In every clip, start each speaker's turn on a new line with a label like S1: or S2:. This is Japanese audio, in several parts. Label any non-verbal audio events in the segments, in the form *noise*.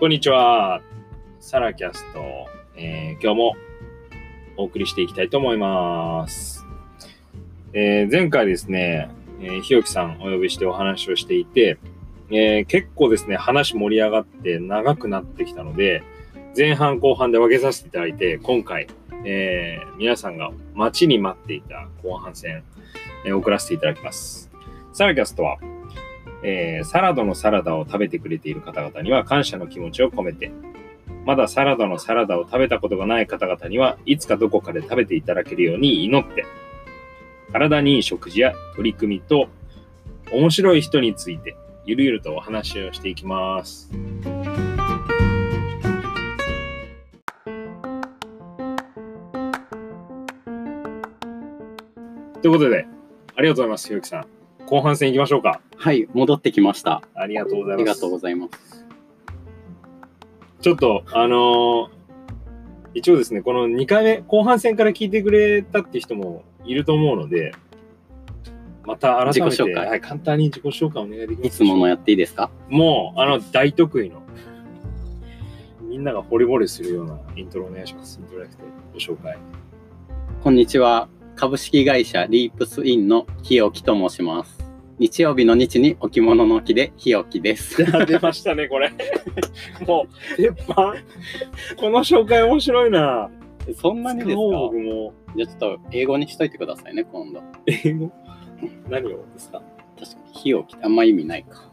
S1: こんにちは。サラキャスト、えー今日もお送りしていきたいと思います。えー前回ですね、えー日置さんお呼びしてお話をしていて、えー結構ですね、話盛り上がって長くなってきたので、前半後半で分けさせていただいて、今回、えー皆さんが待ちに待っていた後半戦、えー送らせていただきます。サラキャストは、えーサラダのサラダを食べてくれている方々には感謝の気持ちを込めて、まだサラダのサラダを食べたことがない方々にはいつかどこかで食べていただけるように祈って、体にいい食事や取り組みと面白い人についてゆるゆるとお話をしていきます。ということで、ありがとうございます、ひろきさん。後半戦いきましょうか。
S2: はい、戻ってきました。
S1: ありがとうござ
S2: あ
S1: い
S2: り
S1: ま
S2: が
S1: す
S2: とう。ございます。
S1: ちょっと、あのー一応ですね、この2回目、後半戦から聞いてくれたって人もいると思うので、また改め
S2: 自己
S1: て、
S2: 紹介
S1: はい、簡単に自己紹介お願いできま
S2: い
S1: す
S2: つものやっていいですか
S1: もう、あの、大得意の、みんなが惚れ惚れするようなイントロお願いします。イントロじゃなくて、ご紹介。
S2: こんにちは。株式会社リープスインの日置と申します。日曜日の日に置物の木で日置です。 *laughs*
S1: 出ましたね、これ。 *laughs* もう、鉄板この紹介面白いな。
S2: そんなにですか
S1: 使おう僕も。
S2: じゃあちょっと英語にしといてくださいね、今度。
S1: 英語何をですか
S2: 確かに日置ってあんま意味ないか。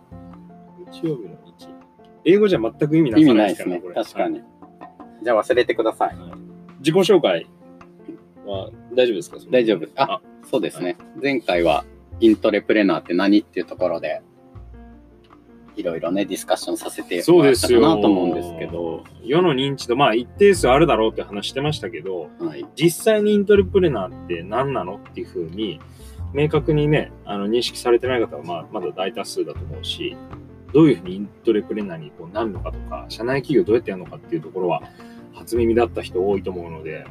S1: 日曜日の日。英語じゃ全く意味な
S2: 意
S1: さ
S2: 味
S1: な
S2: ないい
S1: で
S2: ですす
S1: からね、
S2: ね
S1: これ。。
S2: 確かに
S1: はい。。
S2: じゃあ忘れてください。
S1: 自己紹介は大丈夫ですか
S2: 大丈夫ですあそうですね。前回はイントレプレナーって何っていうところで、いろいろね、ディスカッションさせて
S1: そう
S2: もら
S1: で
S2: った
S1: す
S2: か
S1: よ。
S2: なと思うんですけど、。
S1: 世の認知度、まあ一定数あるだろうって話してましたけど、
S2: はい、
S1: 実際にイントレプレナーって何なのっていうふうに、明確にね、あの認識されてない方はまあまだ大多数だと思うし、どういうふうにイントレプレナーにこうなるのかとか、社内企業どうやってやるのかっていうところは、初耳だった人多いと思うので、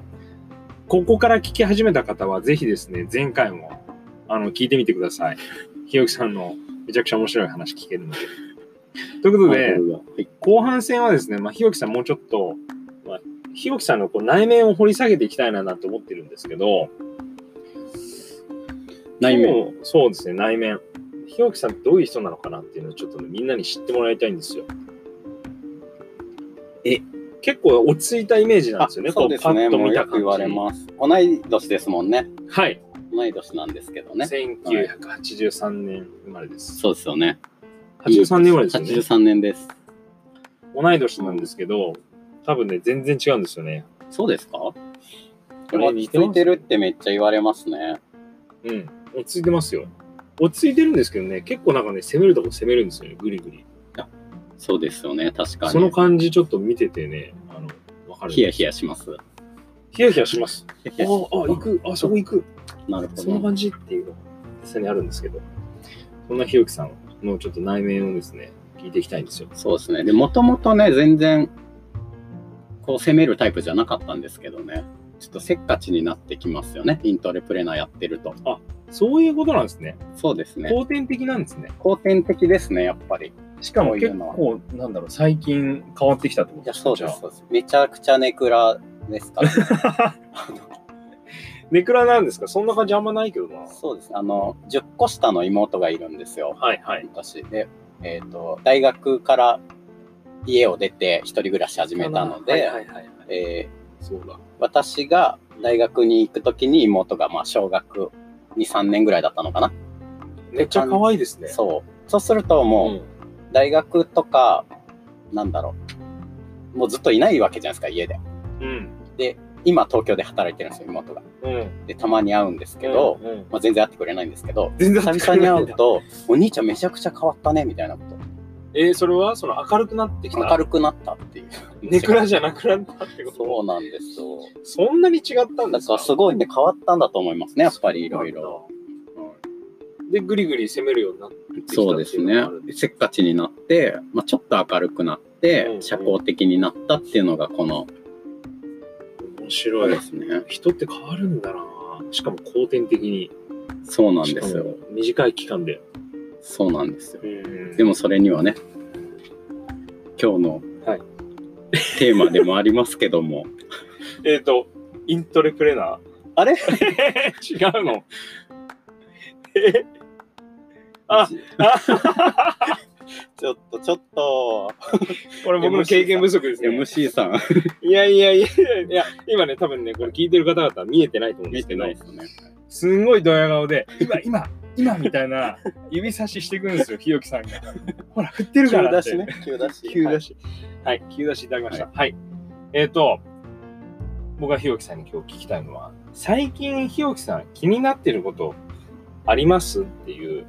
S1: ここから聞き始めた方は、ぜひですね、前回もあの聞いてみてください。ひよきさんのめちゃくちゃ面白い話聞けるので。ということで、
S2: はい
S1: 後半戦はですね、まあ、日置さんもうちょっと、まあ、日置さんのこう内面を掘り下げていきたいなと思ってるんですけど、
S2: 内面。
S1: 今日そうですね、内面。日置さんってどういう人なのかなっていうのをちょっとね、みんなに知ってもらいたいんですよ。
S2: え
S1: 結構落ち着いたイメージなんですよね、
S2: そうですね。
S1: こ
S2: も
S1: う
S2: う
S1: パ
S2: よ
S1: ッ
S2: く
S1: と
S2: 言
S1: 見た
S2: わ
S1: 感
S2: れ
S1: じ。
S2: ます。同い年ですもんね。
S1: はい、
S2: 同い年なんですけどね。
S1: 1983年生まれです。
S2: そうですよね。
S1: 83年生まれですよね。
S2: 83年です。
S1: 同い年なんですけど、多分ね、全然違うんですよね。
S2: そうですかこ
S1: れ
S2: れ落ち着いてるってめっちゃ言われますね。
S1: うん、落ち着いてますよ。落ち着いてるんですけどね、結構なんかね、攻めるとこ攻めるんですよね、ぐりぐり。
S2: そうですよね。確かに。
S1: その感じちょっと見ててね、あの、わかる。
S2: ヒヤヒヤします。
S1: ヒヤヒヤします。あ
S2: ヒヤヒ
S1: あ、あ
S2: ヤし
S1: 行く、あそこ行く、
S2: なるほ
S1: その
S2: ど。
S1: 感じっていうのが実際にあるんですけど、そんなひろきさんのちょっと内面をですね、聞いていきたいんですよ。
S2: そうですね。で、もともとね、全然、こう攻めるタイプじゃなかったんですけどね。ちょっとせっかちになってきますよね。イントレプレナーやってると。
S1: そういうことなんですね。
S2: そうですね。
S1: 後天的なんですね。
S2: 好天的ですね、やっぱり。
S1: しかも
S2: そうい
S1: 結
S2: うのは
S1: 構、なんだろう、最近変わってきたってこ
S2: い
S1: と
S2: や、そう
S1: じ
S2: で
S1: ゃ
S2: す。そうですめちゃくちゃネクラで
S1: *laughs*
S2: すから、
S1: あネクラなんですかそんな感じあんまないけどな。
S2: そうです。あの、10個下の妹がいるんですよ。
S1: はいはい。
S2: 私で、えっ、と、大学から家を出て一人暮らし始めたので、
S1: はいはいはいはい、
S2: え
S1: そうだ。
S2: ー私が大学に行くときに妹が、まあ、小学2、3年ぐらいだったのかな。
S1: めっちゃ可愛いですね。
S2: そう。そうすると、もう、
S1: ん
S2: 大学とか、なんだろう。もうずっといないわけじゃないですか、家で。
S1: うん。
S2: 今、東京で働いてるんですよ、妹が。
S1: うん。
S2: で、たまに会うんですけど、
S1: うんうん
S2: まあ、全然会ってくれないんですけど、
S1: 全然
S2: 久々に会うと、 *laughs* お兄ちゃんめちゃくちゃ変わったね、みたいなこ
S1: えーそれはその明るくなってき
S2: と。
S1: た。
S2: 明るくなったっていう。
S1: ネクラじゃなくなったってこと
S2: そうなんですよ。
S1: そんなに違ったんで
S2: だ
S1: す
S2: か
S1: から
S2: すごいね、変わったんだと思いますね、やっぱりいろいろ。。
S1: で、ぐりぐり攻めるようになってきたってい
S2: そうですね
S1: のもあるん。
S2: せっかちになって、まあ、ちょっと明るくなって、
S1: うんうん
S2: 社交的になったっていうのがこ
S1: 面
S2: の、そう
S1: 白い
S2: で。すね。
S1: 人って変わるんだなしかも後天的に。
S2: そうなんです
S1: し。
S2: よ
S1: かも短い期間で。
S2: そうなんですよ。
S1: うん
S2: でもそれにはね、今日の
S1: はい
S2: テーマでもありますけども。
S1: えっ、と、イントレプレナー。
S2: あれ
S1: *laughs* 違うの。 *laughs* えあ
S2: *laughs* ちょっと、ちょっと。
S1: これ僕の経験不足ですね。
S2: MC さん、
S1: いやいやいやいや、今ね、多分ね、これ聞いてる方々は見えてないと思うんで
S2: 見
S1: すけ
S2: て
S1: ど
S2: な、いですね。
S1: すんごいドヤ顔で、今、今、今みたいな指差ししてくるんですよ、日置さんが。ほら、振ってる
S2: 急
S1: から
S2: だ
S1: っ。
S2: してね。急だ
S1: *laughs*
S2: し。
S1: 急出し。はい、急出しいただきました。はい。えっ、と、僕が日置さんに今日聞きたいのは、最近日置さん気になってることありますっていう、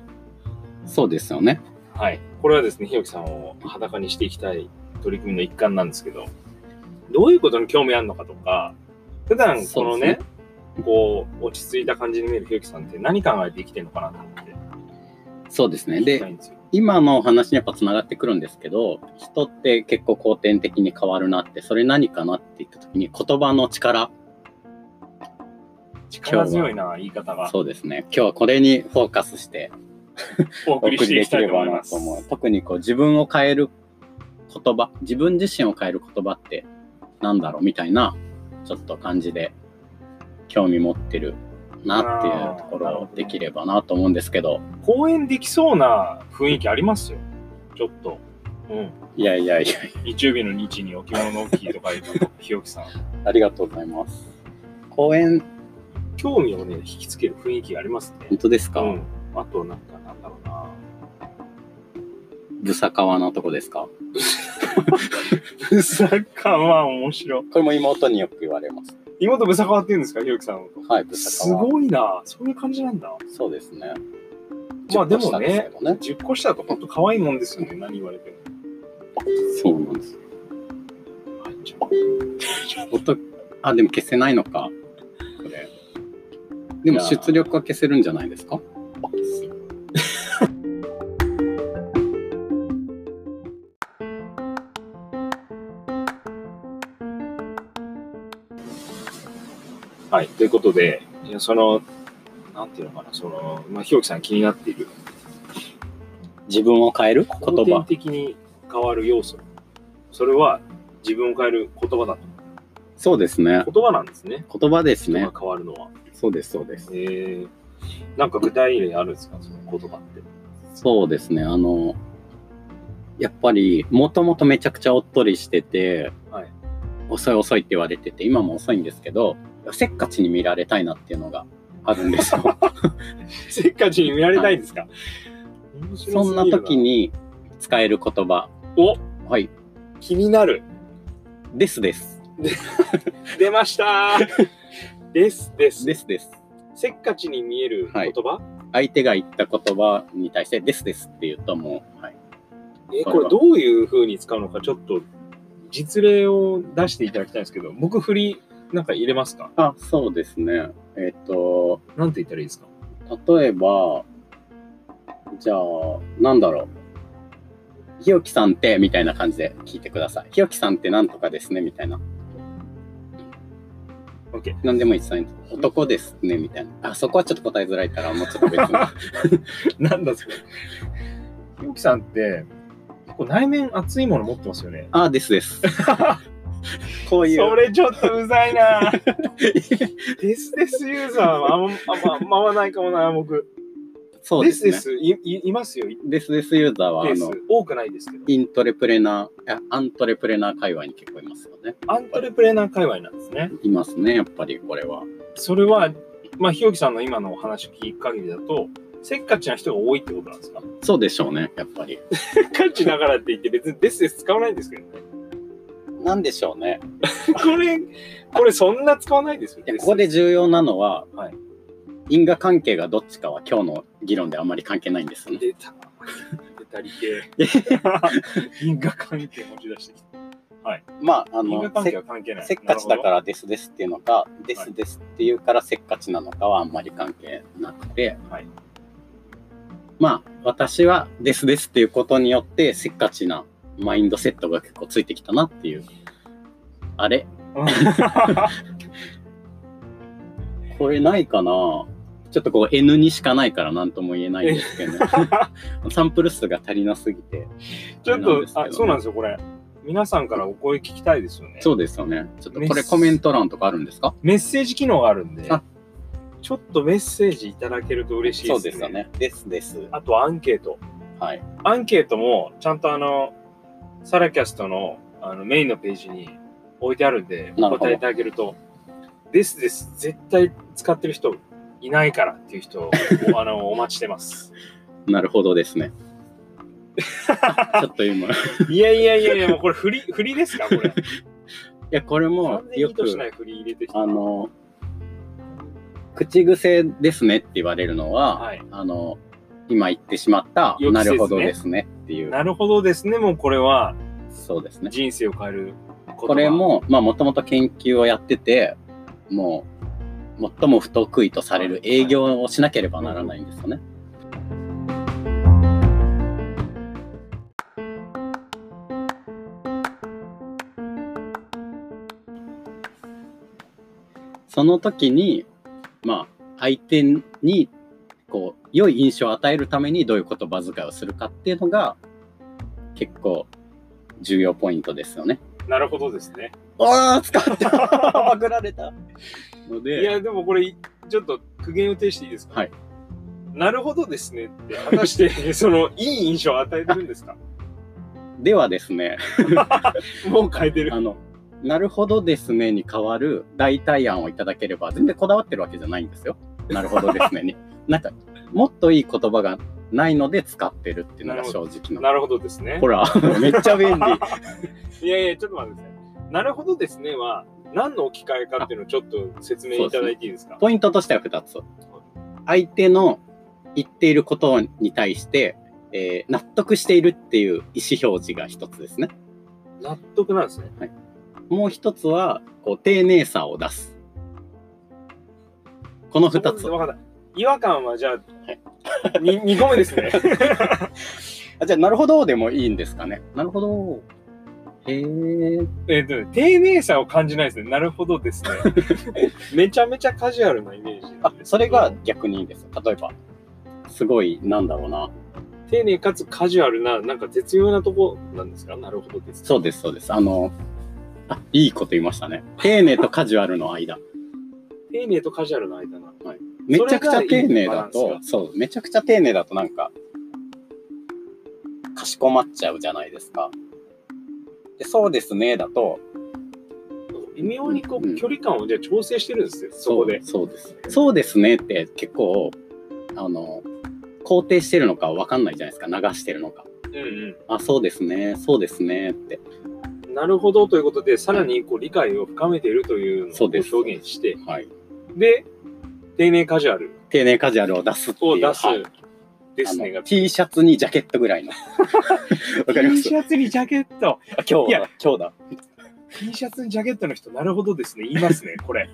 S2: そうですよね。
S1: はい。これはですね、日置さんを裸にしていきたい取り組みの一環なんですけど、どういうことに興味あるのかとか、普段このね、こう、落ち着いた感じに見える日置さんって何考えて生きてるのかなと思って
S2: そうですね。
S1: 聞きた
S2: で、
S1: いんですよ。
S2: 今のお話にやっぱつながってくるんですけど、人って結構後天的に変わるなって、それ何かなって言った時に言葉の力、
S1: 力強いな、言い方が。
S2: そうですね。今日はこれにフォーカスして
S1: お
S2: お
S1: 送
S2: 送
S1: りして
S2: りで
S1: いき
S2: き
S1: たい
S2: れ
S1: と思
S2: ば
S1: い
S2: な
S1: ます
S2: と。思う。特にこう自分を変える言葉、自分自身を変える言葉ってなんだろうみたいな、ちょっと感じで興味持ってるなっていうとこ
S1: あーなるほ
S2: ろを
S1: ど
S2: できればなと思うんですけど、
S1: 公演できそうな雰囲気ありますよ。ちょっと。うん。
S2: いやいやいや、
S1: 日曜日の日に置物の大きいとかいうの日置さん。
S2: ありがとうございます。公演、
S1: 興味をね、引きつける雰囲気がありますね
S2: 本。当ですか、
S1: うん。あと、なんか、なんだろうな。
S2: ブサカワなとこですか
S1: ブサカは面白い。
S2: これも妹によく言われます。
S1: 妹ブサカワって言うんですか、ひろきさんのこと。
S2: はい、ブサ
S1: す
S2: カワ。
S1: ごいな。そういう感じなんだ。
S2: そうですね。
S1: まあでもね
S2: 10個下ですけどね。
S1: 10個下だと本当可愛いもんですよね。何言われても。
S2: そうなんです。
S1: あちょ
S2: 音、あ、でも消せないのか。これ。でも出力は消せるんじゃないですか
S1: はい。ということで、いやその、なんていうのかな、その、まあ、ひろきさん気になっている
S2: 自分を変える言
S1: 後天
S2: 葉。
S1: 的に変わる要素それは自分を変える言葉だ
S2: そうですね。
S1: と言葉なんですね
S2: 言葉です
S1: 人
S2: ね
S1: が。変わるのは、
S2: そうです、そうです。
S1: えー、なんか具体例あるんですかその言葉って *laughs*
S2: そうですね。あの、やっぱり、もともとめちゃくちゃおっとりしてて、
S1: はい
S2: 遅い遅いって言われてて、今も遅いんですけど、せっかちに見られたいなっていうのがあるんです *laughs* よ。
S1: せっかちに見られたいんですか、面白すぎる
S2: そんな時に使える言葉。
S1: お
S2: はい。
S1: 気になる
S2: ですです。
S1: 出ましたー
S2: *laughs*
S1: ですです
S2: ですです。
S1: せっかちに見える言葉、
S2: 相手が言った言葉に対して、ですですって言うともう、はい、
S1: えこれどういう風に使うのかちょっと実例を出していただきたいんですけど僕振りなんか入れますか
S2: あ、そうですね。えっ、と、
S1: なんて言ったらいいです
S2: *laughs*
S1: か
S2: 例えば、じゃあ、なんだろう。ひよきさんって、みたいな感じで聞いてください。ひよきさんってなんとかですね、みたいな。
S1: OK
S2: なんでもいいですね。男ですね、みたいな。あ、そこはちょっと答えづらいから、もうちょっと別 *laughs* に。
S1: なんだそれ。ひろきさんって、結構内面熱いもの持ってますよね。
S2: あ、です *laughs* です。こういう。
S1: れちょっとうざい
S2: *laughs*
S1: な。デスデスユーザーはあんま、あんま、合わないかもな、僕。
S2: そう
S1: デ
S2: で
S1: ス
S2: す
S1: デ
S2: ね。
S1: ス、い、いいますよ、一
S2: ですですユーザーは、
S1: 定
S2: あ
S1: 数
S2: の、。
S1: 多くないですけど。
S2: イントレプレナー、あアントレプレナー界隈に結構いますよね。
S1: アントレプレナー界隈なんですね。
S2: いますね、やっぱりこれは。
S1: それは、まあ、ひろきさんの今のお話を聞く限りだと、せっかちな人が多いってことなんですか
S2: そうでしょうね、やっぱり。
S1: せっかちだからって言って別にデスデス使わないんですけどね。
S2: なんでしょうね。
S1: これ、これそんな使わないですよ。
S2: いやここで重要なのは、
S1: はい
S2: 因果関係がどっちかは今日の議論であまり関係ないんですよね。
S1: 出た。出たり系。因果関係持ち出してきた。
S2: まああ
S1: 因果
S2: の
S1: 関係
S2: せ
S1: は関係ない。。
S2: せっかちだかららですですっていうのかですですっていうからせっかちなのかはあんまり関係なくて、
S1: はい
S2: まあ私はですですっていうことによってせっかちなマインドセットが結構ついてきたなっていうあれ *laughs* これないかなちょっとこう N にしかないから何とも言えない
S1: *laughs*
S2: んですけど、ね、サンプル数が足りなすぎて
S1: ちょっと、
S2: あれなんですけどね
S1: あそうなんですよ、これ。皆さんからお声聞きたいですよね。
S2: そうですよね。ちょっとこれコメント欄とかあるんですか
S1: メッセージ機能があるんで
S2: あ、
S1: ちょっとメッセージいただけると嬉しいですね。。
S2: ですです。
S1: あとアンケート。
S2: はい。
S1: アンケートもちゃんとあの、サラキャストのあのメインのページに置いてあるんで、
S2: な
S1: お
S2: るほど
S1: 答えいただけると、ですです、絶対使ってる人いないからっていう人をあ
S2: *laughs*
S1: のお待ちしてます。
S2: なるほどで
S1: *laughs*
S2: すね。ちょっと今、い
S1: いやいやいやいや、もうこれ振り、振りですかこ
S2: *laughs*
S1: れ。
S2: や、これも
S1: 完全
S2: よ
S1: に意
S2: く
S1: 図し、ない振り入れてきた。
S2: あの、口癖ですねって言われるのは、
S1: はい
S2: あの、今言ってしまった、
S1: よく
S2: な
S1: せずね
S2: るほどですねっていう、
S1: なるほどですね、もうこれは
S2: そうですね。
S1: 人生を変える言葉
S2: これ、も、まあ、もともと研究をやってて、もう、最も不得意とされる営業をしなければならないんですよね。その時に、まあ、相手に、こう、良い印象を与えるためにどういう言葉遣いをするかっていうのが、結構、重要ポイントですよね。
S1: なるほどですね。
S2: ああ、使った。パクられた。の
S1: い
S2: で、
S1: や、でもこれ、ちょっと苦言を呈していいですか
S2: はい。
S1: なるほどですねって、果た
S2: *laughs*
S1: して、その、いい印象を与えてるんですか
S2: ではですね、
S1: もう変えてる。
S2: あの、なるほどですねに代わる代替案をいただければ、全然こだわってるわけじゃないんですよ。なるほどですね *laughs* に。なんか、もっといい言葉がないので使ってるっていうのが正直な。
S1: なるほどですね
S2: ほ。ら、めっちゃ便利。
S1: いやいや、ちょっと待ってください。なるほどですねは、何の置き換えかっていうのをちょっと説明いただいていいですか
S2: ポイントとしては2つ。相手の言っていることに対して、えー納得しているっていう意思表示が1つですね。
S1: 納得なんですね。
S2: もう一つは、こう、丁寧さを出す。この二つ。
S1: わかった。違和感はじゃあ、に2個目です
S2: *laughs*
S1: ね。
S2: あ、じゃあ、なるほどでもいいんですかね。なるほど。へえ。
S1: えっとね、丁寧さを感じないですね。なるほどですね。
S2: *laughs*
S1: めちゃめちゃカジュアルなイメージなんですけど。
S2: あ、それが逆にいいです。例えば、すごい、なんだろうな。
S1: 丁寧かつカジュアルな、なんか絶妙なとこなんですかなるほどです。
S2: そうです、そうです。あの、あ、いいこと言いましたね。丁寧とカジュアルの間。
S1: 丁寧とカジュアルの間な。
S2: めちゃくちゃ丁
S1: それがい
S2: 寧だ
S1: いバラ
S2: と、
S1: ン
S2: そう、めちゃくちゃ丁寧だとなんか、かしこまっちゃうじゃないですか。でそうですね、だと、
S1: 微妙にこ
S2: うんう
S1: う、
S2: ん
S1: 距離感をじゃあ調整してるんですよ、そこで。
S2: そうです。そうですねって結構、あの、肯定してるのかわかんないじゃないですか。流してるのか。
S1: うん
S2: あ、そうですね、そうですねって。
S1: うん。なるほどということで、さらにこう理解を深めているというの
S2: そうで
S1: を
S2: す
S1: 表現して、
S2: はい。
S1: で、丁寧カジュアル
S2: 丁寧カジュアルを出すって
S1: を
S2: いう。
S1: 出す
S2: はい
S1: ですね
S2: あの
S1: が。
S2: T シャツにジャケットぐ
S1: *laughs*
S2: らいの。わかりま
S1: T
S2: す
S1: シャツにジャケット。
S2: あ今
S1: い
S2: 日
S1: や
S2: だ、今日だ。
S1: T シャツにジャケットの人、なるほどですね。言い
S2: *laughs*
S1: ますね、これ。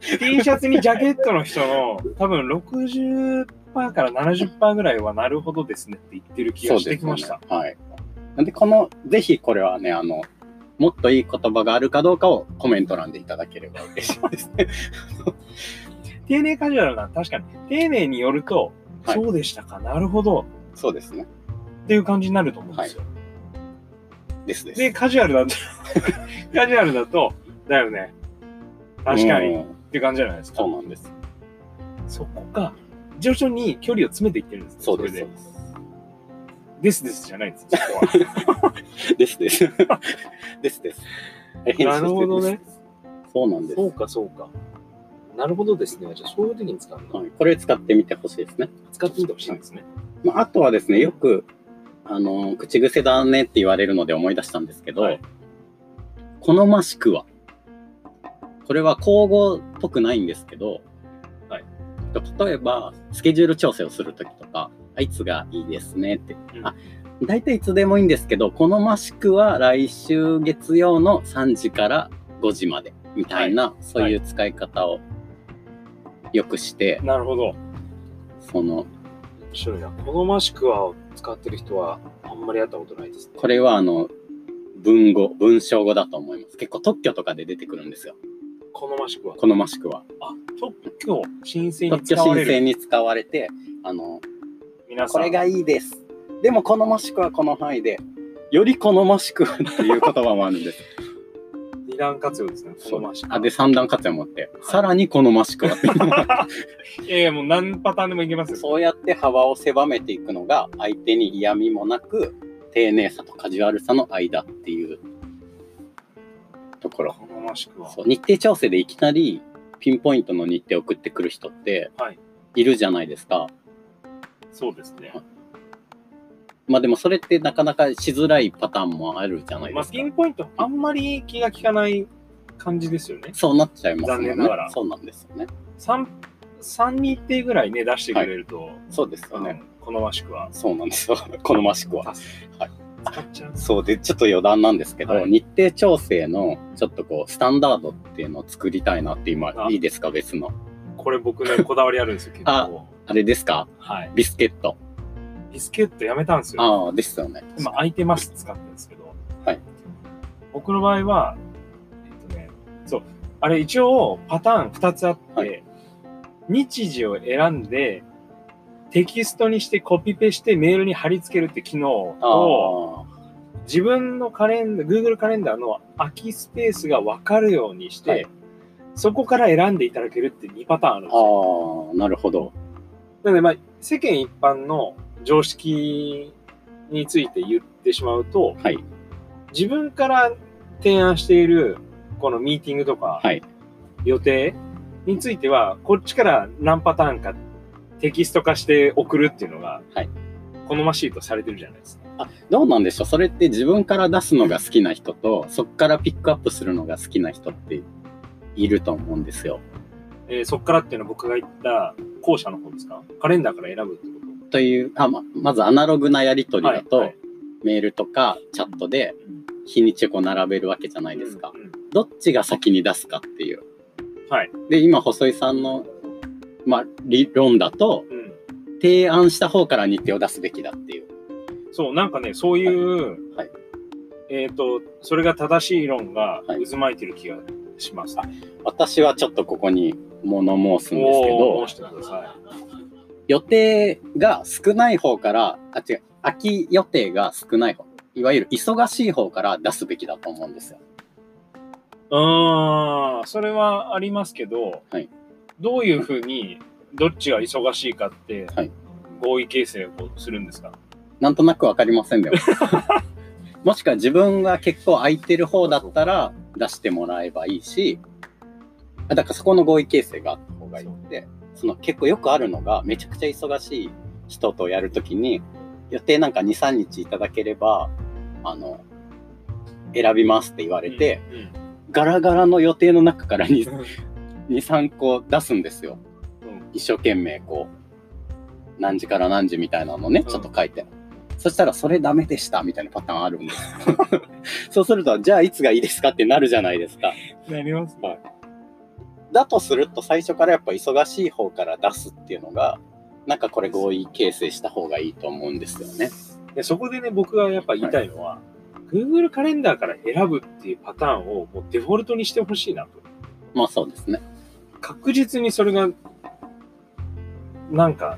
S1: T シャツにジャケットの人の、多分60%から70%ぐらいは、なるほどですねって言ってる気がしてきました。
S2: そうですよねはい。なんで、この、ぜひこれはね、あの、もっといい言葉があるかどうかをコメント欄でいただければ嬉し
S1: *laughs*
S2: いですね。
S1: 丁寧カジュアルな、確かに。丁寧によると、
S2: はい
S1: そうでしたか、なるほど。
S2: そうですね。
S1: っていう感じになると思うんですよ。
S2: ですです。
S1: で、カジュアルだと、 *laughs* カジュアルだと、だよね。確かに。
S2: う
S1: っ
S2: ん
S1: ていう感じじゃないですか
S2: そ。うなんです。
S1: そこが、徐々に距離を詰めていってるんですね
S2: そうです。
S1: れ
S2: そう
S1: で
S2: です
S1: ですですじゃないんですよ、そこは。
S2: です
S1: *laughs*
S2: です。ですです。
S1: なるほどね。
S2: そう *laughs* なんです。
S1: そうか、そうか。なるほどですね。じゃあ、そういう時に使うの、
S2: はいこれ使ってみてほしいですね。
S1: 使ってみてほしいんですね。
S2: まあ、あとはですね、よく、あの、口癖だねって言われるので思い出したんですけど、
S1: はい
S2: 好ましくは。これは口語っぽくないんですけど、
S1: はい
S2: 例えば、スケジュール調整をするときとか、あいつがいいですねって。
S1: うん
S2: あ大体いつでもいいんですけど、好ましくは来週月曜の3時から5時までみたいな、そういう使い方をよくして、
S1: なるほど。
S2: そ
S1: 面
S2: の、
S1: 白いな。好ましくはを使ってる人は、あんまり会ったことないですね。
S2: これはあの文語文章語だと思います結構特許とかで出てくるんですよ
S1: 好ましくは。
S2: 好ましくは
S1: あ、特許申請に
S2: 特許
S1: 使われ
S2: 申請
S1: る
S2: に使われてあの
S1: 皆さ
S2: こ
S1: ん。
S2: れがいいですでも好ましくはこの範囲でより好ましくっていう言葉もあるんです。 *laughs*
S1: 二段活用ですね。好ましく
S2: あ、で、三段活用もあって、さらに好ましくはっていうのが
S1: いやいや、もう何パターンでもいけますよ。
S2: *laughs* そうやって幅を狭めていくのが、相手に嫌味もなく、丁寧さとカジュアルさの間っていうところ。
S1: 好ましくは。
S2: そう日程調整でいきなりピンポイントの日程を送ってくる人って
S1: はい
S2: いるじゃないですか、
S1: そうですね。
S2: まあでもそれってなかなかしづらいパターンもあるじゃない
S1: ま
S2: で
S1: あ、
S2: すか、
S1: ピンポイント、あんまり気が利かない感じですよね。
S2: そうなっちゃいますよ
S1: 残
S2: ね
S1: 念ながら
S2: そうなんですよね
S1: 三三日程ぐらいね、出してくれると、
S2: そうですよ
S1: う
S2: ね、
S1: ん好ましくは。
S2: そうなんですよ *laughs* 好ましくははい
S1: 使っちゃう。
S2: そうでちょっと余談なんですけど、
S1: はい
S2: 日程調整のちょっとこうスタンダードっていうのを作りたいなって今
S1: あ
S2: いいですか別の
S1: これ僕ね、こだわりあるんですよ、結構。
S2: あれですか
S1: はい。
S2: ビスケット
S1: ビスケットやめたんですよ。
S2: ああですよね
S1: 今、空いてます使ってるんですけど。
S2: はい。
S1: 僕の場合は、えっとね、そう、あれ一応パターン2つあって、
S2: はい
S1: 日時を選んで、テキストにしてコピペしてメールに貼り付けるって機能
S2: あ
S1: と、
S2: あ
S1: 自分のカレンダー、Google カレンダーの空きスペースが分かるようにして、
S2: はい
S1: そこから選んでいただけるって2パターンあるんです
S2: あ
S1: よ。
S2: あなるほど
S1: なので、まあ、世間一般の常識について言ってしまうと、
S2: はい
S1: 自分から提案しているこのミーティングとか
S2: はい
S1: 予定については、こっちから何パターンかテキスト化して送るっていうのが
S2: はい
S1: 好ましいとされてるじゃないですか。
S2: どうなんでしょうそれって自分から出すのが好きな人とそこからピックアップするのが好きな人っていると思うんですよ。
S1: えーそっからっていうのは僕が言った後者の方ですかカレンダーから選ぶってこと
S2: というあままずアナログなやり取りだと、
S1: はいはい
S2: メールとかチャットで日にちをこう並べるわけじゃないですか。
S1: うんうん
S2: どっちが先に出すかっていう。
S1: はい
S2: で今細井さんの、まあ、理論だと
S1: うん
S2: 提案した方から日程を出すべきだっていう。
S1: そう、なんかね、そういう、
S2: はい
S1: えっ、と、それが正しい論が
S2: はい
S1: 渦巻いてる気がします。
S2: 私はちょっとここに物申すんですけど。
S1: おー申してくださ
S2: 予定が少ない方から、あ、違う、空き予定が少ない方、いわゆる忙しい方から出すべきだと思うんですよ。
S1: い。ああ、それはありますけど、
S2: はい
S1: どういうふうに、どっちが忙しいかって、
S2: はい
S1: 合意形成をするんですか
S2: なんとなくわかりませんでも。もしくは自分が結構空いてる方だったら出してもらえばいいし、あだからそこの合意形成があった方がいいって、その結構よくあるのが、めちゃくちゃ忙しい人とやるときに、予定なんか2、3日いただければ、あの、選びますって言われて、、ガラガラの予定の中からに
S1: うんうん
S2: 23個出すんですよ、
S1: うん
S2: 一生懸命こう何時から何時みたいなのね
S1: ん
S2: ちょっと書いて、そしたらそれダメでしたみたいなパターンあるんです *laughs* そうするとじゃあいつがいいですかってなるじゃないですか
S1: なります
S2: はいだとすると最初からやっぱ忙しい方から出すっていうのがなんかこれ合意形成した方がいいと思うんですよね
S1: でそこでね、僕がやっぱ言いたいのは、Google カレンダーから選ぶっていうパターンをもうデフォルトにしてほしいなと。
S2: まあそうですね
S1: 確実にそれが、なんか、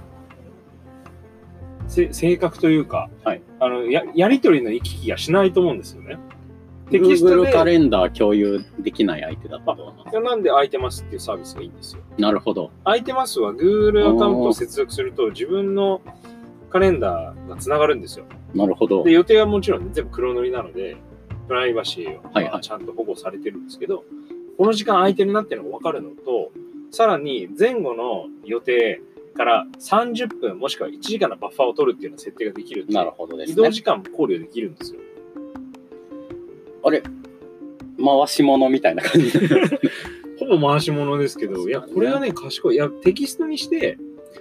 S1: せ性格というか、
S2: はい
S1: あのややり取りの行き来がしないと思うんですよね。テキスト
S2: Google
S1: で
S2: カレンダー共有できない相手だと思います
S1: なんで空いてますっていうサービスがいいんですよ。
S2: なるほど
S1: 空いてますは Google アカウントを接続すると自分のカレンダーがつながるんですよ。
S2: なるほど
S1: で、予定はもちろん、全部黒塗りなので、プライバシ
S2: はい
S1: ー
S2: は
S1: はいちゃんと保護されてるんですけど、この時間空いてるなっていうのが分かるのと、さらに前後の予定から30分もしくは1時間のバッファーを取るっていうような設定ができるんで
S2: なるほどですね
S1: 移動時間も考慮できるんですよ。
S2: あれ回し物みたいな感じ
S1: ほぼ回し物ですけど、いや、これがね、賢い。いや、テキストにして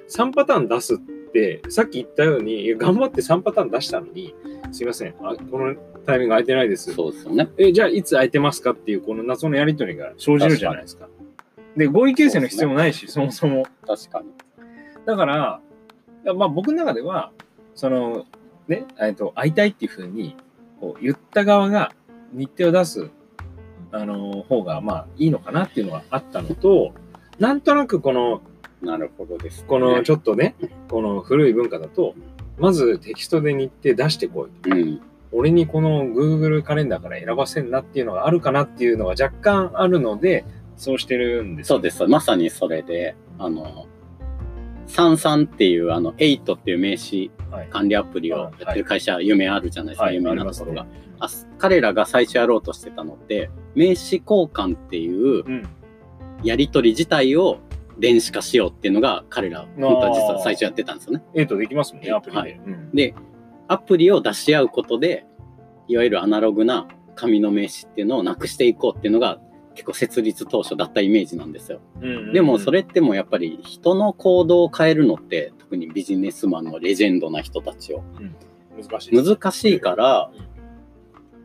S1: 3パターン出すって、さっき言ったように、いや頑張って3パターン出したのに、すいません、あこのタイミング空いてないです。
S2: そうですよね。
S1: え、じゃあいつ空いてますかっていうこの謎のやりとりが生じるじゃないですか。で、合意形成の必要もないし、そもそも。
S2: 確かに。
S1: だから、いやまあ僕の中では、その、ね、えっと、会いたいっていうふうに、こう、言った側が日程を出す、あの、方が、まあいいのかなっていうのがあったのと、なんとなくこの、
S2: なるほどです、
S1: このち
S2: ょ
S1: ょっとね、この古い文化だと、まずテキストで日程出してこいと。
S2: うん。
S1: 俺にこの Google カレンダーから選ばせんなっていうのがあるかなっていうのが若干あるので、そうしてるんです。
S2: そうです。まさにそれで、あの、33っていう、あの、8っていう名刺
S1: はい。
S2: 管理アプリをやってる会社、有名あるじゃないですか、
S1: はい、
S2: 有名
S1: あり
S2: な
S1: ま
S2: と
S1: す
S2: ころが。
S1: ね。
S2: あ彼らが最初やろうとしてたのって、名刺交換っていう
S1: うん。
S2: やり取り自体を電子化しようっていうのが、彼ら、本当は実は最初やってたんですよね。
S1: エイトできますもんね、アプリで。
S2: はい
S1: うん
S2: で、アプリを出し合うことで、いわゆるアナログな紙の名刺っていうのをなくしていこうっていうのが、結構設立当初だったイメージなんですよ。
S1: うんうんうん
S2: でもそれってもうやっぱり人の行動を変えるのって特にビジネスマンのレジェンドな人たちを
S1: 難しいです。
S2: 難しいから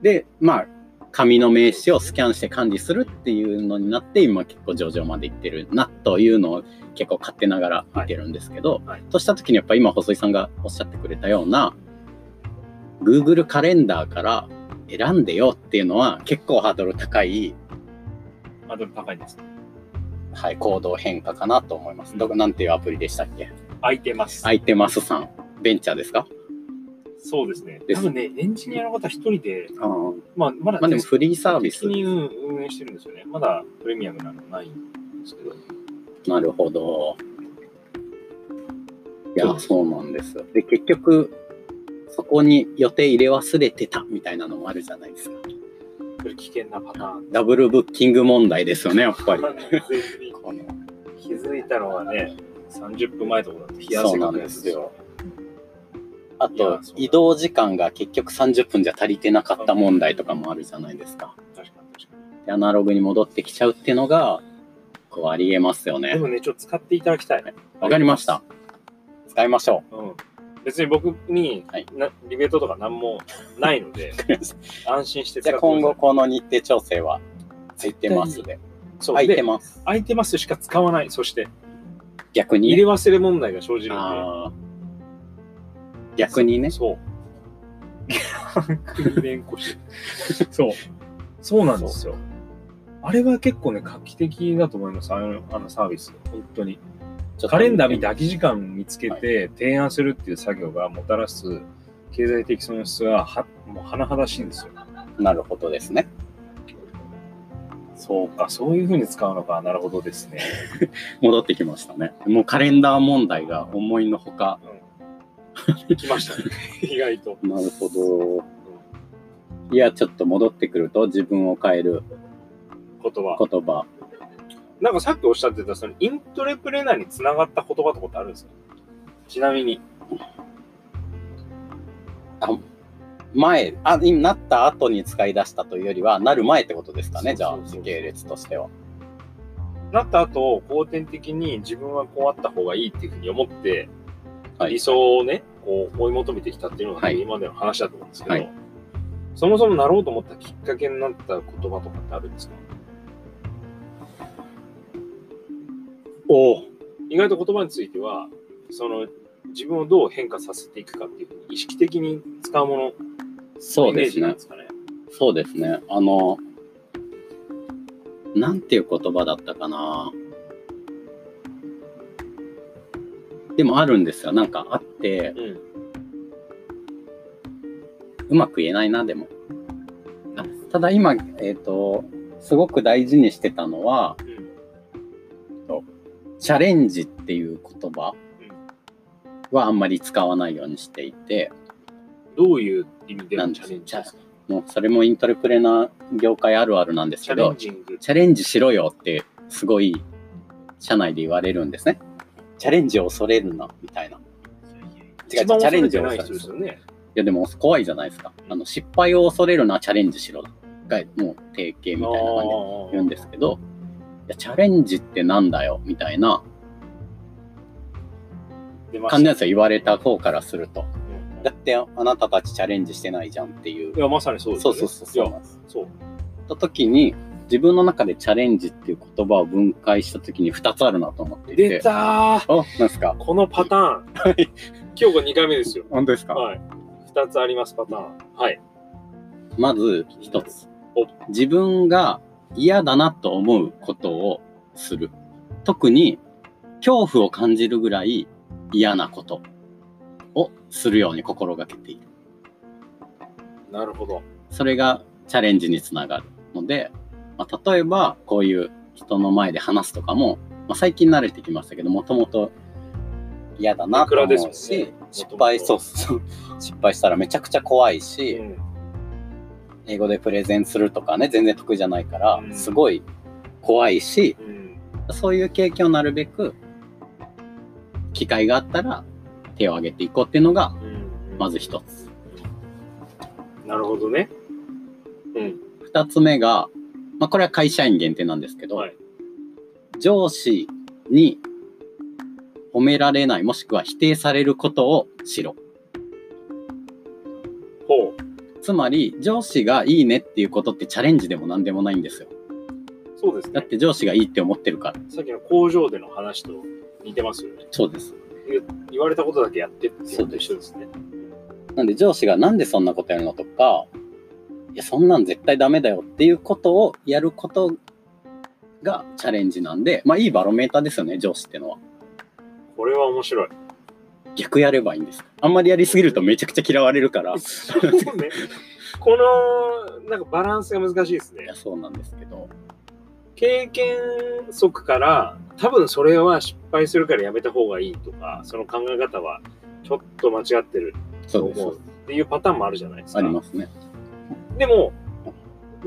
S2: でまあ紙の名刺をスキャンして管理するっていうのになって今結構上場までいってるなというのを結構勝手ながら見てるんですけど、
S1: はいはい
S2: とした時にやっぱ今細井さんがおっしゃってくれたような Google カレンダーから選んでよっていうのは結構ハードル高い、
S1: ハードル高いです。
S2: はい、行動変化かなと思います。どこなんていうアプリでしたっけ
S1: 空いてます。
S2: 空いてますさんベンチャーですか
S1: そうですね。
S2: です
S1: 多分ね、エンジニアの方一人で、
S2: ああ
S1: まあ、まだ、
S2: まあでもフリーサービス
S1: 適。に運営してるんですよね。まだプレミアムなのないんですけど。
S2: なるほど。
S1: そう
S2: いや、
S1: です
S2: そうなんですよ。で、結局、そこに予定入れ忘れてたみたいなのもあるじゃないですか。
S1: これ危険なパターン。
S2: ダブルブッキング問題ですよね、やっぱり。この
S1: 気づいたのはね、30分前とかだと冷や
S2: そう
S1: 汗
S2: な
S1: か
S2: ん
S1: くや
S2: で
S1: つ
S2: す。よ。あ
S1: いやそうな
S2: と
S1: んです、
S2: 移動時間が結局30分じゃ足りてなかった問題とかもあるじゃないですか。
S1: 確かに確か
S2: でアナログに戻ってきちゃうっていうのが、こうありえますよ
S1: に。で
S2: ね。
S1: もね、ちょっと使っていただきたい。
S2: わかりました。使いましょ
S1: うん。別に僕に、
S2: はい
S1: なリベートとか何もないの *laughs* で、
S2: う。
S1: 安心して使
S2: *laughs* じ
S1: ってくだ
S2: ゃあ
S1: さい
S2: 今後この日程調整はついてますで。
S1: そう
S2: 空いて
S1: で
S2: ます。
S1: 空いてますしか使わない。そして、
S2: 逆
S1: 入れ
S2: に。
S1: 忘れ問題が生じるの
S2: あー逆に
S1: で。
S2: ね。
S1: そう。逆に連呼し *laughs* そう。そうなんですよ。あれは結構ね、画期的だと思います。あのあのサービス。本当に。カレンダー見て空き時間見つけて提案するっていう作業がもたらす経済的損失ははもう甚だしいんですよ。
S2: なるほどですね。
S1: そうか、そういうふうに使うのか、なるほどですね。 *laughs*
S2: 戻ってきましたね。もうカレンダー問題が思いのほか。
S1: きましたね、 *laughs* 意外と。
S2: なるほど。いや、ちょっと戻ってくると自分を変える
S1: 言葉。
S2: 言葉。
S1: なんかさっきおっしゃってた、そのイントレプレナーにつながった言葉とかってあるんですかちなみに。
S2: 前、あ、今なった後に使い出したというよりは、なる前ってことですかね、じゃ
S1: そ
S2: あ
S1: うそう、そう
S2: 時系列としては。
S1: なった後、後天的に自分はこうあった方がいいっていうふうに思って、
S2: はい
S1: 理想をね、こう追い求めてきたっていうのが、
S2: はい
S1: 今までの話だと思うんですけど、
S2: はい
S1: そもそもなろうと思ったきっかけになった言葉とかってあるんですか
S2: おお。
S1: 意外と言葉については、その自分をどう変化させていくかっていうふうに意識的に使うもの、
S2: そう
S1: イメ
S2: で
S1: ー
S2: す
S1: ジなん
S2: ね
S1: で。すかね。
S2: そうですね。あの、なんていう言葉だったかな。でもあるんですよ。なんかあって、うまく言えないな、でも。あただ今、えっ、と、すごく大事にしてたのは、
S1: うん。うん。
S2: チャレンジっていう言葉はあんまり使わないようにしていて、
S1: どういう意味で
S2: な
S1: の
S2: ん
S1: チャ
S2: です
S1: レンジですか
S2: もうそれもイントレプレナー業界あるあるなんです
S1: チャ
S2: け
S1: レン
S2: ど、
S1: ジング。
S2: チャレンジしろよってすごい社内で言われるんですね。チャレンジを恐れるな、みたいな。い
S1: 一番恐れてない人ですよね。
S2: やでも怖いじゃないですか。あの失敗を恐れるな、チャレンジしろがもう定型みたいな感じで言うんですけど、いやチャレンジってなんだよ、みたいな
S1: 出ました
S2: 感じなんですよ、言われた方からすると。
S1: うん
S2: だってあなたたちチャレンジしてないじゃんっていう
S1: い。や、まさにそうです
S2: そ
S1: よね。
S2: うそうそうそう
S1: いや。そう。
S2: た時に、自分の中でチャレンジっていう言葉を分解した時に2つあるなと思ってい
S1: 出
S2: て。
S1: たー
S2: あ、なんですか
S1: このパターン。今日が2回目ですよ。
S2: 本当ですか
S1: はい。2つあります、パターン。はい。
S2: まず一つ
S1: お。
S2: 自分が嫌だなと思うことをする。特に恐怖を感じるぐらい嫌なことをするように心がけている。
S1: なるほど。
S2: それがチャレンジにつながるので、まあ、例えばこういう人の前で話すとかも、まあ、最近慣れてきましたけどもともと嫌だなと思
S1: いくらで
S2: う
S1: すもん
S2: し
S1: ね
S2: 失敗
S1: 元
S2: そうそう失敗したらめちゃくちゃ怖いし、
S1: うん
S2: 英語でプレゼンするとかね全然得意じゃないから
S1: うん
S2: すごい怖いし
S1: うん
S2: そういう経験をなるべく機会があったら手を挙げていこうっていうのが
S1: うん
S2: まず一つ
S1: なるほどね。うん。
S2: 二つ目が、まあ、これは会社員限定なんですけど、
S1: はい
S2: 上司に褒められないもしくは否定されることをしろ
S1: ほう。
S2: つまり上司がいいねっていうことってチャレンジでも何でもないんですよ
S1: そうです
S2: だっ
S1: ね。
S2: て上司がいいって思ってるから
S1: さっきの工場での話と似てますよね。
S2: そうです
S1: 言われたことだけやってっていうのと一緒ですね。
S2: なんで上司がなんでそんなことやるのとか、いや、そんなん絶対ダメだよっていうことをやることがチャレンジなんで、まあいいバロメーターですよね、上司ってのは。
S1: これは面白い。
S2: 逆やればいいんです。あんまりやりすぎるとめちゃくちゃ嫌われるから、い
S1: そうね。この、なんかバランスが難しいですね
S2: や、。そうなんですけど、
S1: 経験則から、多分それは失敗するからやめた方がいいとか、その考え方はちょっと間違ってると
S2: そうです、
S1: 思
S2: そう
S1: う
S2: で
S1: っていうパターンもあるじゃないです
S2: す。
S1: か。
S2: ありますね。
S1: でも、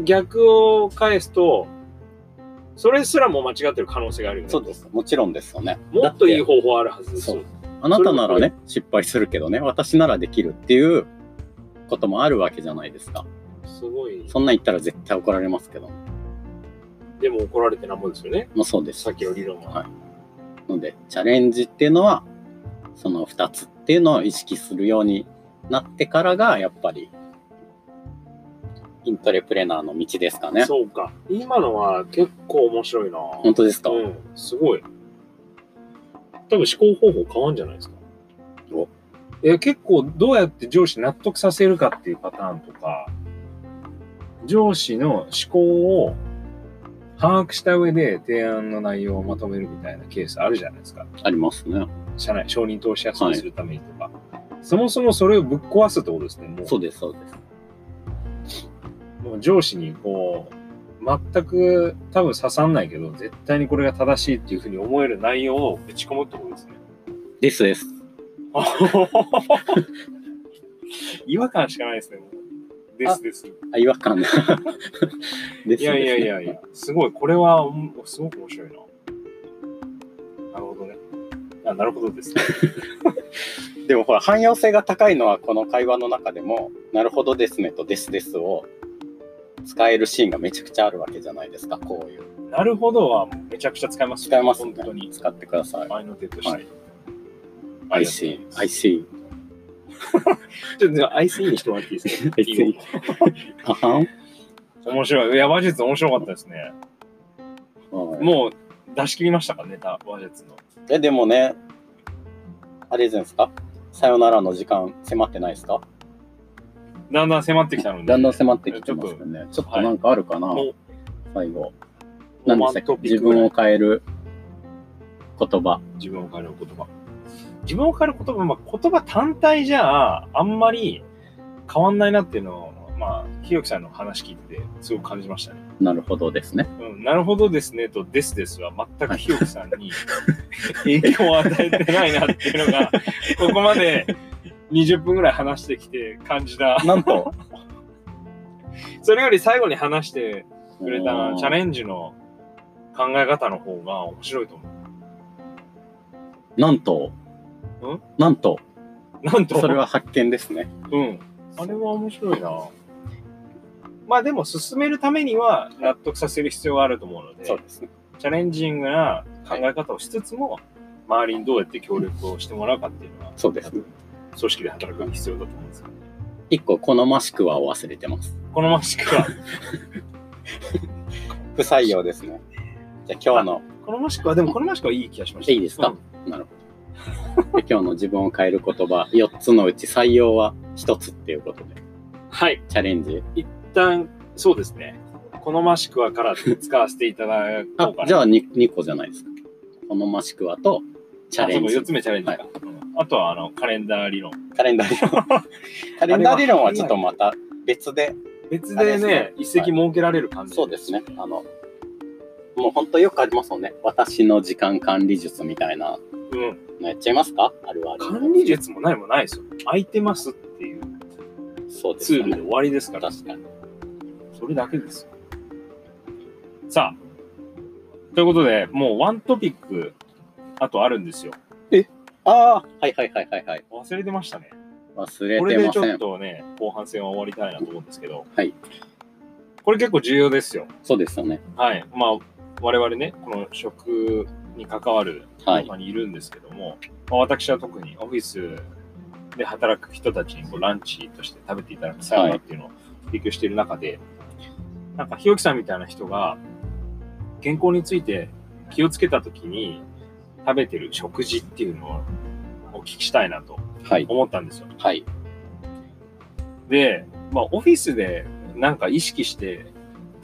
S1: 逆を返すと、それすらも間違ってる可能性があるよね。
S2: そうです。もちろんですよね。
S1: もっといい
S2: だ
S1: 方
S2: て
S1: 法あるはずです
S2: そう。あなたならね、失敗するけどね、私ならできるっていうこともあるわけじゃないですか。
S1: すごい。
S2: そんなん言ったら絶対怒られますけど、
S1: でも怒られてなんぼですよね。
S2: まあそうです。
S1: さっきの理論は。
S2: はいのでチャレンジっていうのはその2つっていうのを意識するようになってからがやっぱりイントレプレナーの道ですかね。
S1: そうか。今のは結構面白いな。
S2: 本当ですか、
S1: うん、すごい。多分思考方法変わんじゃないですか。
S2: お
S1: いや結構どうやって上司納得させるかっていうパターンとか、上司の思考を把握した上で提案の内容をまとめるみたいなケースあるじゃないですか。
S2: ありますね。
S1: 社内承認投資やすくするためにとか、そもそもそれをぶっ壊すってことですね。もう
S2: そうですそうです。
S1: もう上司にこう、全く多分刺さんないけど、絶対にこれが正しいっていうふうに思える内容をぶち込むってことですね。
S2: ですです。
S1: *laughs* 違和感しかないですね、もう。ですです。
S2: あ違和 *laughs* 感がです
S1: いやいやいやいや、すごい、これはおもすごく面白いな。なるほどね。あなるほどですね。
S2: や。でもほら汎用性が高いのはこの会話の中でも「なるほどですね」と「ですです」を使えるシーンがめちゃくちゃあるわけじゃないですかこういう。
S1: なるほどはめちゃくちゃ使えます、
S2: 使えますね
S1: 本当に。
S2: 使ってください。
S1: 愛の手として。
S2: はい I see, I see,
S1: ちょっと、アイスインにしてもらっていいです *laughs* か
S2: I see. あはん
S1: 面白い。いや、話術面白かったですね。
S2: はい
S1: もう出し切りましたか、ネタ、話術の。
S2: え、でもね、あれじゃないですかさよならの時間迫ってないですか
S1: だんだん迫ってきたので。
S2: だんだん迫ってきてますよね。ちょっとなんかあるかな、
S1: はいもう
S2: 最後。
S1: もう
S2: 何で
S1: ワン
S2: したっ
S1: ト
S2: け
S1: ピッ
S2: 自
S1: クぐらい
S2: 分を変える言葉。
S1: 自分を変える言葉。自分を変える言葉、まあ、言葉単体じゃあんまり変わんないなっていうのを、まあ、ひろきさんの話聞いてて、すごく感じましたね。
S2: なるほどですね。
S1: うん、なるほどですねと、ですですは全くひろきさん
S2: *laughs*
S1: に影響を与えてないなっていうのが、ここまで20分ぐらい話してきて感じた。
S2: なん *laughs* と、
S1: それより最後に話してくれたチャ
S2: ン
S1: レンジの考え方の方が面白いと思う。
S2: なんと
S1: ん、
S2: なんと、
S1: なんと、
S2: それは発見ですね。
S1: うん。あれは面白いな。まあでも進めるためには納得させる必要があると思うので、
S2: そうですね。
S1: チャレンジングな考え方をしつつも、周りにどうやって協力をしてもらうかっていうのは、
S2: そうですね。
S1: 組織で働く必要だと思うんですけど、ね、
S2: 一個、好ましくはを忘れてます。
S1: このマシクは、
S2: 不採用ですね。じゃあ今日の、
S1: *laughs* このマシクは、でもこのマシクはいい気がしました。
S2: いいですか
S1: うん
S2: なるほど。で今日の自分を変える言葉、4つのうち採用は1つっていうことで。
S1: はい。
S2: チャレンジ。
S1: 一旦、そうですね。このマシクはから使わせていただこ
S2: あ
S1: うかな。
S2: じゃあ 2, 2個じゃないですか。好ましくはとチャレン
S1: あそうか四
S2: ジ。
S1: つ目チャレンジか。
S2: は
S1: うんあとは、あの、カレンダー理論。
S2: *laughs* カレンダー理論。カレンダー理論はちょっとまた別で、
S1: 別
S2: あれ
S1: で
S2: ですね
S1: ね、一席設けられる感じ
S2: そうですね。あの、もう本当よくありますもんね。私の時間管理術みたいな
S1: うん。
S2: のやっちゃいますかあるはある。
S1: 管理術も何もないですよ。空いてますっていう
S2: そうです
S1: ツー
S2: よ
S1: ルで
S2: ね
S1: 終。わりですから、
S2: 確かに。
S1: それだけですよ。さあ、ということで、もうワントピック、あとあるんですよ。
S2: ああ、はいはいはいはいはい。
S1: 忘れてましたね。
S2: 忘れ
S1: これ
S2: て
S1: で
S2: ま
S1: ち
S2: せ
S1: ょ
S2: ん
S1: っ。とね、後半戦は終わりたいなと思うんですけど、
S2: はい。
S1: これ結構重要ですよ。
S2: そうですよね。
S1: はい。まあ、我々ね、この職に関わる
S2: はい
S1: 場にいるんですけども、まあ私は特にオフィスで働く人たちにこうランチとして食べていただくサウナっていうのを提供している中で、なんか日置さんみたいな人が健康について気をつけた時に食べてる食事っていうのをお聞きしたいなと
S2: はい。
S1: 思ったんですよ。
S2: はい。
S1: で、まあ、オフィスでなんか意識して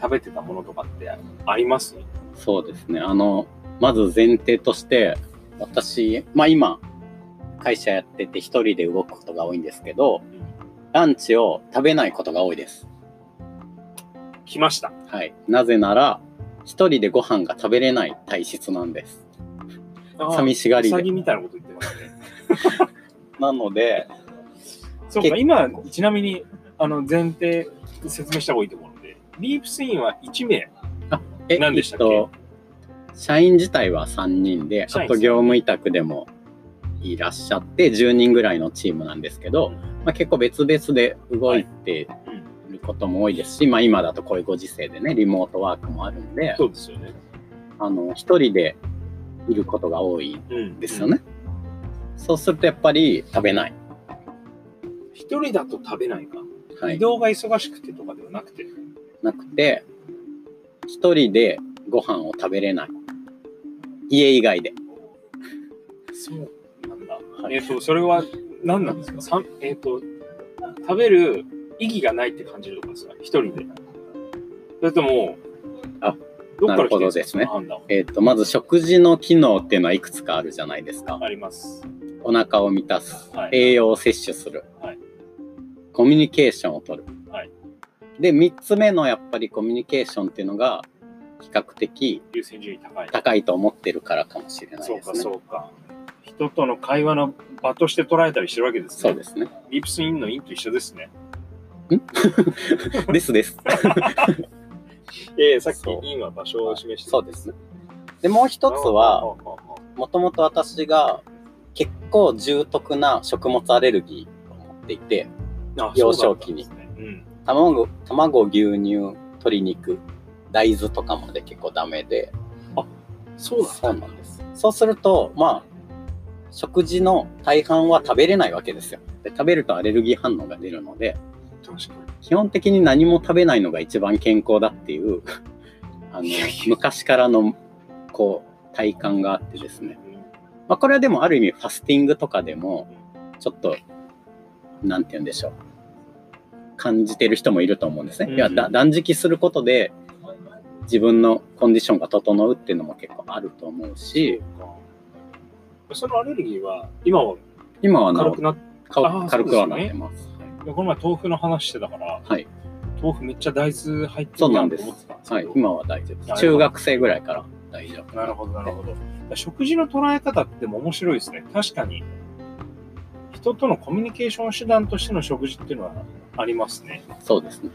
S1: 食べてたものとかってあります
S2: そうですね。あの、まず前提として、私、まあ今、会社やってて一人で動くことが多いんですけど、ランチを食べないことが多いです。
S1: 来ました。
S2: はい。なぜなら、一人でご飯が食べれない体質なんです。寂しがり
S1: ウサ
S2: で
S1: ギ。みたいなこと言ってますね。
S2: なので、
S1: そうか、
S2: け
S1: 今、ちなみに、あの、前提説明した方がいいと思うので、リープスインは1名。
S2: え
S1: 何でしたっけ
S2: えと社員自体は3人で、
S1: 社
S2: あ
S1: 員
S2: と業務委託でもいらっしゃって、10人ぐらいのチームなんですけど、まあ、結構別々で動いてることも多いですし、まあ、今だとこういうご時世でね、リモートワークもあるんで、
S1: そうですよね。
S2: あの、一人でいることが多い
S1: うん。
S2: んですよ。ね。そうするとやっぱり食べない。
S1: 一人だと食べないか。
S2: は
S1: 移
S2: い。
S1: 動が忙しくてとかではなくて。
S2: なくて、一人でご飯を食べれない。家以外で。
S1: そうなんだ。
S2: はい
S1: えっ、と、それは何なんですかさんえっ、と、食べる意義がないって感じるとかですか一人で。それとも、
S2: あ
S1: どっから来てるんですか
S2: な
S1: その
S2: る
S1: 判断は
S2: えっ、と、まず食事の機能っていうのはいくつかあるじゃないですか。
S1: あります。
S2: お腹を満たす、
S1: はい
S2: 栄養を摂取する、
S1: はい
S2: コミュニケーションをとる。
S1: はい
S2: で、3つ目のやっぱりコミュニケーションっていうのが比較的
S1: 優先順位高い。
S2: 高いと思ってるからかもしれない
S1: そう
S2: です
S1: か、
S2: ね。
S1: そうか。人との会話の場として捉えたりしてるわけですね。
S2: そうですね。
S1: リップスインのインと一緒ですね。
S2: で
S1: *laughs*
S2: すです。
S1: ええさっき
S2: そう
S1: インは場所を示して
S2: そうですね。で、もう一つ
S1: あ
S2: は、
S1: あああ
S2: もともと私が結構重篤な食物アレルギーを持っていて、
S1: ああ
S2: 幼少期に
S1: そうだったんですね
S2: 卵、卵牛乳、鶏肉、大豆とかまで結構ダメで、
S1: うん。そうだったんだ
S2: なんです。そうすると、まあ、食事の大半は食べれないわけですよ。で食べるとアレルギー反応が出るので、
S1: 確かに。
S2: 基本的に何も食べないのが一番健康だっていう、 *laughs* あの
S1: いやいや、
S2: 昔からの、こう、体感があってですね。まあ、これはでもある意味、ファスティングとかでも、ちょっと、なんて言うんでしょう。感じてる人もいると思うんですね。いや、だ断食することで、自分のコンディションが整うっていうのも結構あると思うし、
S1: そうかそのアレルギーは、今は
S2: 今は
S1: 軽
S2: な
S1: くなって、あ
S2: か
S1: ー
S2: 軽くは
S1: そう
S2: なっ
S1: です
S2: て
S1: よ
S2: ます。
S1: いやこの前豆腐の話してたから、
S2: はい
S1: 豆腐めっちゃ大豆入って
S2: そう
S1: る
S2: な
S1: や
S2: ん
S1: ん
S2: で
S1: と
S2: す
S1: 思ってたんです。
S2: はい、今は大丈夫
S1: なるほ
S2: で
S1: ど
S2: す。中学生ぐらいから大丈夫。
S1: なるほど、なるほど。だから食事の捉え方っても面白いですね。確かに、人とのコミュニケーション手段としての食事っていうのはありますね。
S2: そうですね。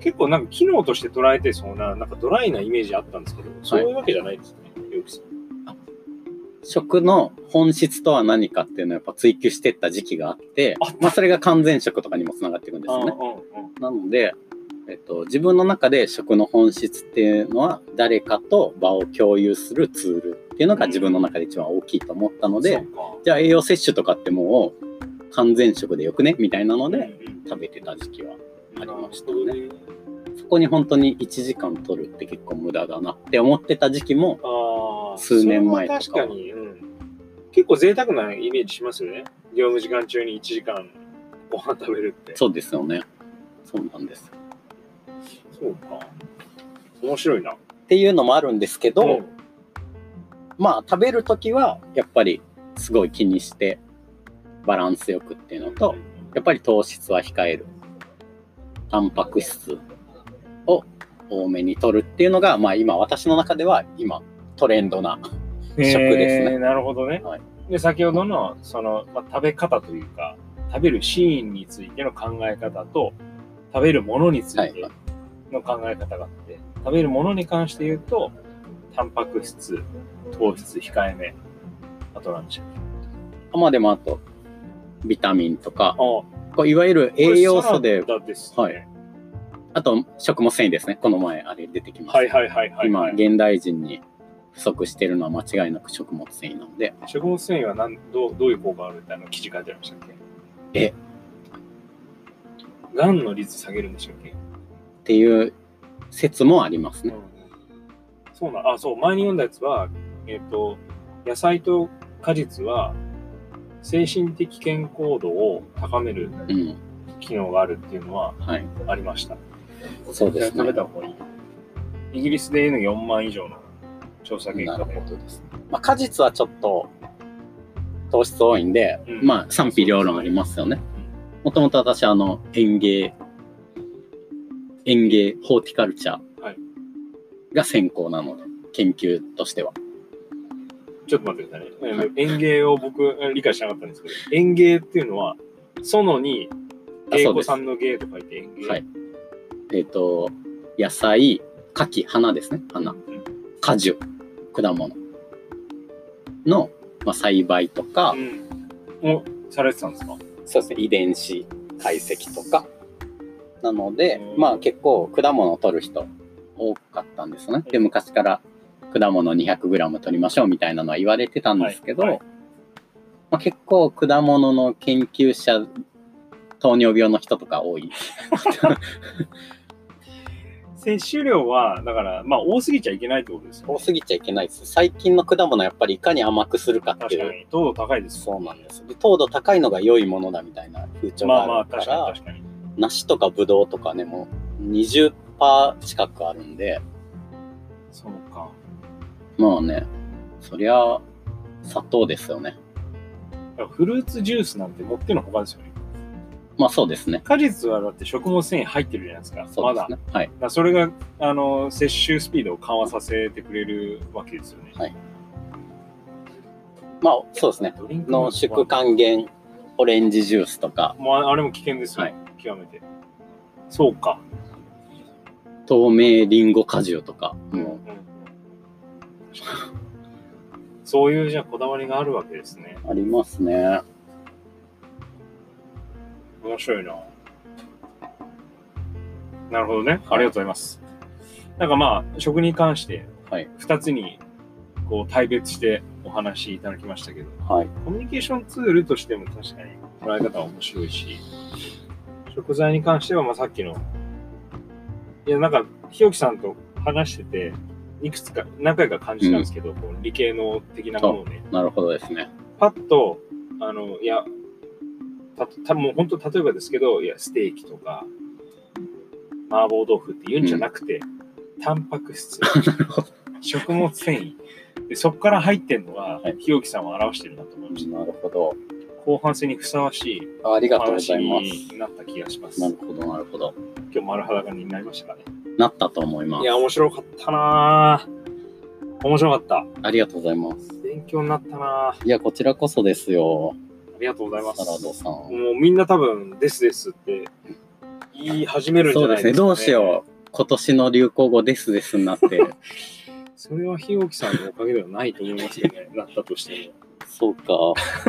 S1: 結構なんか機能として捉えてそうな、なんかドライなイメージあったんですけど、そういうわけじゃないんですね。よく
S2: 食の本質とは何かっていうのをやっぱ追求してった時期があって
S1: あっ、た
S2: まあそれが完全食とかにもつながっていくんですよね。なので、えっと、自分の中で食の本質っていうのは誰かと場を共有するツールっていうのが自分の中で一番大きいと思ったので、じゃあ栄養摂取とかってもう完全食でよくねみたいなので食べてた時期はありましたね
S1: ね。
S2: そこに本当に1時間取るって結構無駄だなって思ってた時期も、
S1: ああ、
S2: 数年前とか
S1: それは確かに、うん。結構贅沢なイメージしますよね。業務時間中に1時間ご飯食べるって。
S2: そうですよね。そうなんです。
S1: そうか。面白いな。
S2: っていうのもあるんですけど、
S1: ん
S2: まあ食べる時はやっぱりすごい気にしてバランスよくっていうのと、やっぱり糖質は控える。タンパク質を多めに取るっていうのが、まあ今私の中では今トレンドな。 *laughs*
S1: え
S2: 食ですね
S1: なるほどね。
S2: はい
S1: で先ほどのその、まあ、食べ方というか食べるシーンについての考え方と食べるものについて
S2: は
S1: の考え方があって、食べるものに関して言うとタンパク質糖質控えめあとなんでしょう
S2: まあでもあと、ビタミンとか、
S1: あ
S2: こういわゆる栄養素で、
S1: これサラダです、
S2: は
S1: ね
S2: いあと食物繊維ですね。この前あれ出てきました。
S1: はい、はいはいはいはい、
S2: 今、現代人に不足してるのは間違いなく食物繊維なので、
S1: 食物繊維はなんどうどういう効果があるってあの記事書いてありましたっけ
S2: え
S1: がんの率下げるんでしたっけ
S2: っていう説もありますね。
S1: そうなんあそう前に読んだやつは、えっと野菜と果実は精神的健康度を高める
S2: うん。
S1: 機能があるっていうのは
S2: はい。
S1: ありました。
S2: そうですね
S1: 食べた方がいい。イギリスでいうの4万以上の調査結
S2: な
S1: 果
S2: る
S1: で
S2: ほ。どです。まあ、果実はちょっと糖質多いんで、
S1: うん
S2: まあ賛否両論ありますよね。もともと私、あの、園芸、園芸、ホーティカルチャ
S1: はい
S2: ーが専攻なので、研究としては。
S1: ちょっと待ってくださいね。
S2: はい
S1: 園芸を僕理解しなかったんですけど、園芸っていうのは、園に
S2: あ
S1: 芸
S2: そう
S1: 子
S2: です
S1: さんの芸と書いて園芸。
S2: はい。えっ、と、野菜、柿、花ですね、花。果樹、果物の、まあ、栽培とか、
S1: うん。をされてたんですか
S2: そうですね、遺伝子解析とか。なので
S1: う、ん
S2: まあ結構果物を取る人多かったんですね。で、昔から果物 200g 取りましょうみたいなのは言われてたんですけど、
S1: はいはい
S2: まあ、結構果物の研究者、糖尿病の人とか多い。
S1: 摂取量は、だから、まあ、多すぎちゃいけないってことですよ、
S2: 多すぎちゃいけないです。最近の果物やっぱりいかに甘くするかって
S1: 確
S2: い
S1: か
S2: う。
S1: に。糖度高いですもん
S2: そうなんです。で、糖度高いのが良いものだみたいな風潮
S1: まあま
S2: があ
S1: あ、
S2: るから、
S1: 確かに確かに。
S2: 梨とかブドウとかね、もう20%近くあるんで、
S1: そうか。
S2: まあね、そりゃ、砂糖ですよね。
S1: だからフルーツジュースなんてもってのほかですよね。
S2: まあそうですね。
S1: 果実はだって食物繊維入ってるじゃないですか。
S2: そ
S1: ま
S2: うで
S1: だ。
S2: す
S1: だか
S2: ね。はい。
S1: らそれが、あの、摂取スピードを緩和させてくれるわけですよね。
S2: まあそうですね。
S1: ドリンク
S2: 濃縮還元オレンジジュースとか、
S1: もうああれも危険ですよ、
S2: はい
S1: 極めて。そうか。
S2: 透明リンゴ果汁とか、も
S1: そういうじゃあこだわりがあるわけですね。
S2: うありますね。
S1: 面白いな。なるほどね。ありがとうございます。なんかまあ、食に関して
S2: はい、
S1: 2つにこう対別してお話しいただきましたけど、
S2: はい。
S1: コミュニケーションツールとしても確かに捉え方は面白いし、食材に関してはまあさっきの、いやなんか、ひよきさんと話してて、いくつか何回か感じたんですけど、こう理系の的なものをね、
S2: なるほどですね。
S1: パッと、あの、いや、たたもう本当、例えばですけど、いや、ステーキとか、麻婆豆腐って言うんじゃなくて、タンパク質、
S2: *laughs* なるほど。
S1: 食物繊維、でそこから入ってるのが
S2: はい、
S1: ひよきさんを表してるなと思いました。
S2: なるほど。
S1: 後半戦にふさわしい
S2: あありがとうご
S1: 話
S2: ざいます。
S1: になった気がします。
S2: なる
S1: 今
S2: ほど、なるほど。
S1: 日丸裸になりましたかね。
S2: なったと思いま
S1: い
S2: す。
S1: や、面白かったなぁ。面白かった。
S2: ありがとうございます。
S1: 勉強になったなぁ。
S2: いや、こちらこそですよ。
S1: ありがとうございます
S2: サ。ラドさん。
S1: もうみんな多分、ですですって言い始めるんじ
S2: そ
S1: ゃ
S2: う
S1: ない
S2: で
S1: ですすか、ね。
S2: ね。どうしよう。今年の流行語ですですになって。
S1: う。それは日置さんのおかげではないと思いますけどね。なったとしても。
S2: そうか。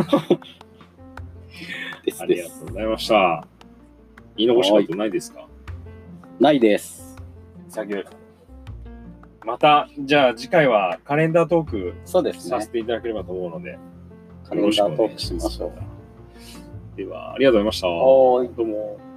S1: *laughs*
S2: です
S1: あり
S2: で
S1: がと
S2: す
S1: う。ございました。言い残したことないですか
S2: ないです。
S1: 先ほどまた、じゃあ次回はカレンダートーク
S2: そうです
S1: させ
S2: ね。
S1: ていただければと思うので、
S2: カレンダートークしましょう。
S1: では、ありがとうございました。
S2: はーい。どうも。